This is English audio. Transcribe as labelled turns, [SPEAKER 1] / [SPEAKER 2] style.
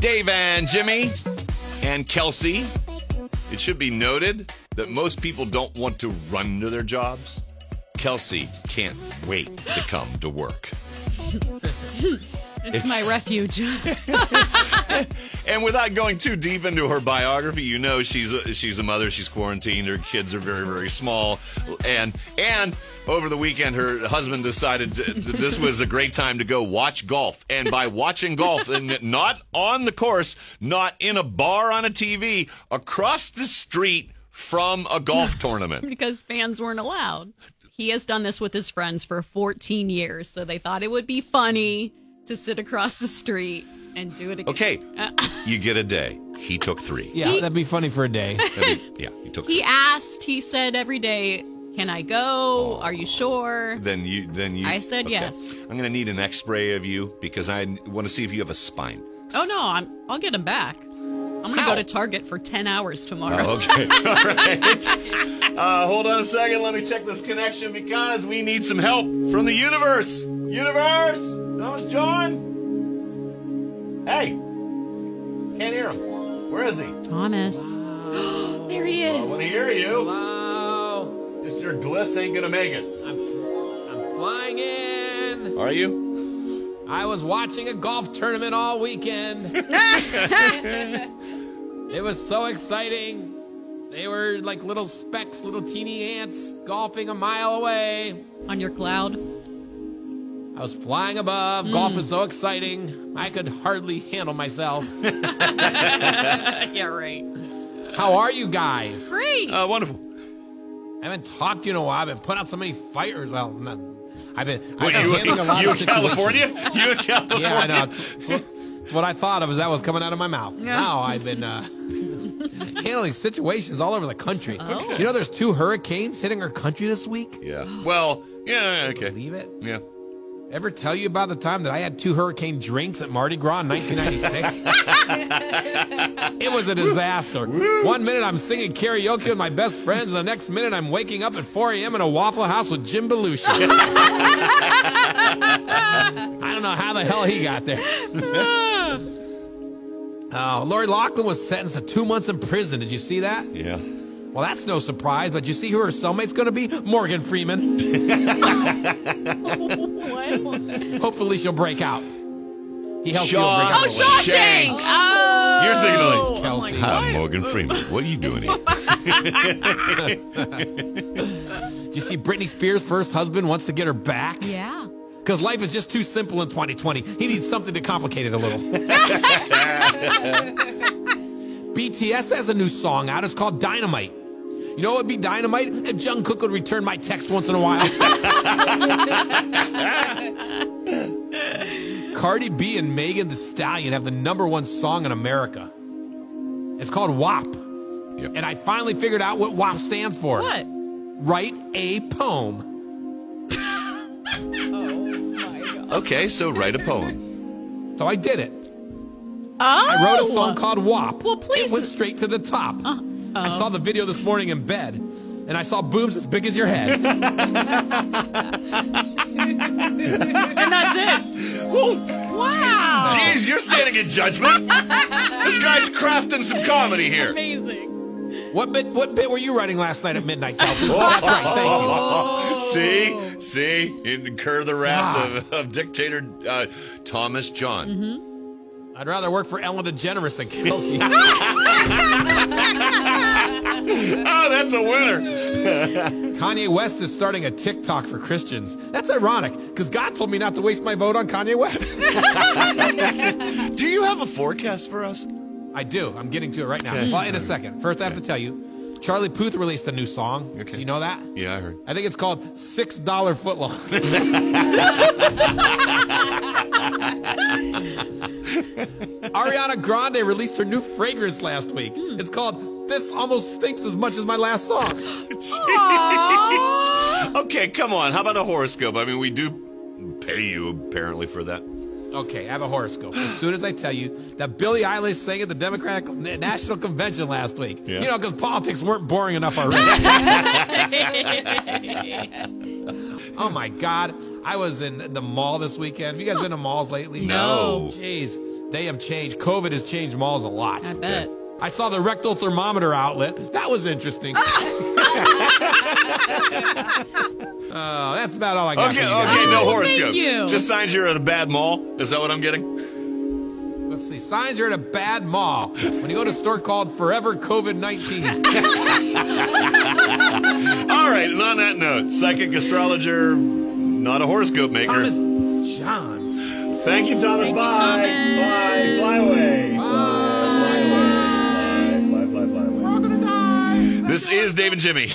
[SPEAKER 1] Dave and Jimmy and Kelsey. It should be noted that most people don't want to run to their jobs. Kelsey can't wait to come to work.
[SPEAKER 2] It's, my refuge.
[SPEAKER 1] And without going too deep into her biography, you know she's a, she's a mother. She's quarantined. Her kids are very very small, and and over the weekend her husband decided to, that this was a great time to go watch golf. And by watching golf, and not on the course, not in a bar on a TV, across the street from a golf tournament.
[SPEAKER 2] because fans weren't allowed. He has done this with his friends for 14 years, so they thought it would be funny to sit across the street and do it again.
[SPEAKER 1] Okay, you get a day. He took three.
[SPEAKER 3] Yeah, that'd be funny for a day.
[SPEAKER 1] yeah he took.
[SPEAKER 2] He
[SPEAKER 1] three.
[SPEAKER 2] asked, he said every day, Can I go? Are you sure?
[SPEAKER 1] Then you, then you.
[SPEAKER 2] I said yes.
[SPEAKER 1] I'm gonna need an X-ray of you because I want to see if you have a spine.
[SPEAKER 2] Oh, no, I'm, I'll get him back. I'm going to
[SPEAKER 1] How?
[SPEAKER 2] go to Target for 10 hours tomorrow.
[SPEAKER 1] Oh, okay. All right. Uh, hold on a second. Let me check this connection because we need some help from the universe. Universe, Thomas John. Hey, can't hear him. Where is he?
[SPEAKER 3] Oh.
[SPEAKER 2] Thomas. there he
[SPEAKER 1] I
[SPEAKER 2] is.
[SPEAKER 1] want to hear you.
[SPEAKER 3] Hello,
[SPEAKER 1] Just your gliss ain't gonna make it.
[SPEAKER 3] Oh, I'm flying in.
[SPEAKER 1] Are you?
[SPEAKER 3] I was watching a golf tournament all weekend. it was so exciting. They were like little specks, little teeny ants golfing a mile away.
[SPEAKER 2] On your cloud.
[SPEAKER 3] I was flying above. Golf was so exciting. I could hardly handle myself.
[SPEAKER 2] yeah, right.
[SPEAKER 3] How are you guys?
[SPEAKER 2] Great.
[SPEAKER 1] Uh, wonderful.
[SPEAKER 3] I haven't talked to you in a while. I've been putting out so many fires. Well, not, I've been. I've
[SPEAKER 1] Wait,
[SPEAKER 3] been
[SPEAKER 1] you,
[SPEAKER 3] handling a lot
[SPEAKER 1] you
[SPEAKER 3] of
[SPEAKER 1] in
[SPEAKER 3] situations.
[SPEAKER 1] California? You in California?
[SPEAKER 3] Yeah, I know. It's, it's what, it's what I thought of as that was coming out of my mouth. Now I've been uh, handling situations all over the country. You know, there's two hurricanes hitting our country this week.
[SPEAKER 1] Yeah. Well, yeah. Okay.
[SPEAKER 3] Believe it?
[SPEAKER 1] Yeah.
[SPEAKER 3] Ever tell you about the time that I had two hurricane drinks at Mardi Gras in 1996? it was a disaster. One minute I'm singing karaoke with my best friends, and the next minute I'm waking up at 4 a.m. in a Waffle House with Jim Belushi. I don't know how the hell he got there. Uh, Lori Lachlan was sentenced to two months in prison. Did you see that?
[SPEAKER 1] Yeah.
[SPEAKER 3] Well, that's no surprise, but you see who her cellmate's going to be? Morgan Freeman. Hopefully she'll break out. He helped
[SPEAKER 1] Shaw-
[SPEAKER 3] you break out.
[SPEAKER 1] Oh,
[SPEAKER 3] of the
[SPEAKER 1] Shaw-
[SPEAKER 3] way.
[SPEAKER 1] Shank.
[SPEAKER 2] Shawshank. Oh.
[SPEAKER 1] You're thinking of these-
[SPEAKER 2] Oh, my
[SPEAKER 3] Kelsey.
[SPEAKER 1] Hi, Morgan Freeman. What are you doing here?
[SPEAKER 3] Did you see Britney Spears' first husband wants to get her back?
[SPEAKER 2] Yeah.
[SPEAKER 3] Because life is just too simple in 2020. He needs something to complicate it a little. BTS has a new song out. It's called Dynamite. You know what would be dynamite? If Jungkook would return my text once in a while. Cardi B and Megan the Stallion have the number one song in America. It's called WAP.
[SPEAKER 1] Yep.
[SPEAKER 3] And I finally figured out what WAP stands for
[SPEAKER 2] What? Oh!
[SPEAKER 3] write a poem.
[SPEAKER 1] Okay, so write a poem.
[SPEAKER 3] So I did it.
[SPEAKER 2] Oh.
[SPEAKER 3] I wrote a song called WAP.
[SPEAKER 2] Well, please- Uh,
[SPEAKER 3] It went straight to the top. I saw the video this morning in bed, and I saw boobs as big as your head.
[SPEAKER 2] And that's it. Wow.
[SPEAKER 1] Jeez, you're standing in judgment. This guy's crafting some comedy here.
[SPEAKER 2] Amazing.
[SPEAKER 3] what bit? What bit were you writing last night at midnight, Kelsey? Oh, that's right. Thank you.
[SPEAKER 1] see, see, incur the wrath
[SPEAKER 2] Ah.
[SPEAKER 1] of, of dictator uh, Thomas John.
[SPEAKER 2] Mm-hmm.
[SPEAKER 3] I'd rather work for Ellen DeGeneres than Kelsey.
[SPEAKER 1] Oh, that's a winner.
[SPEAKER 3] Kanye West is starting a TikTok for Christians. That's ironic because God told me not to waste my vote on Kanye West.
[SPEAKER 1] Do you have a forecast for us?
[SPEAKER 3] I do. I'm getting to it right now. Well, in a second. First, I have to tell you Charlie Puth released a new song.
[SPEAKER 1] Okay.
[SPEAKER 3] Do you know that?
[SPEAKER 1] Yeah, I heard.
[SPEAKER 3] I think it's called Six Dollar Footlong. Ariana Grande released her new fragrance last week.
[SPEAKER 1] Hmm.
[SPEAKER 3] It's called This Almost Stinks as Much as My Last Song.
[SPEAKER 1] Okay, come on. How about a horoscope? I mean, we do pay you apparently for that.
[SPEAKER 3] Okay, I have a horoscope. As soon as I tell you that Billie Eilish sang at the Democratic Na- National Convention last week,
[SPEAKER 1] Yeah.
[SPEAKER 3] you know, because politics weren't boring enough already. oh my God, I was in the mall this weekend. Have you guys been to malls lately? Oh,
[SPEAKER 1] No.
[SPEAKER 3] Jeez, they have changed. COVID has changed malls a lot.
[SPEAKER 2] I bet.
[SPEAKER 3] I saw the rectal thermometer outlet. That was interesting. oh, Oh, that's about all I got.
[SPEAKER 1] Okay,
[SPEAKER 3] for you guys.
[SPEAKER 1] okay, no horoscopes.
[SPEAKER 2] Oh, thank you.
[SPEAKER 1] Just signs you're at a bad mall. Is that what I'm getting?
[SPEAKER 3] Let's see. Signs you're at a bad mall when you go to a store called Forever COVID 19.
[SPEAKER 1] All right, and on that note, psychic astrologer, not a horoscope maker.
[SPEAKER 3] Thomas John.
[SPEAKER 1] Thank you, Thomas. Bye. Bye. Fly away. Fly, fly away. Fly, fly, fly away.
[SPEAKER 3] We're all gonna die.
[SPEAKER 1] This is David Jimmy.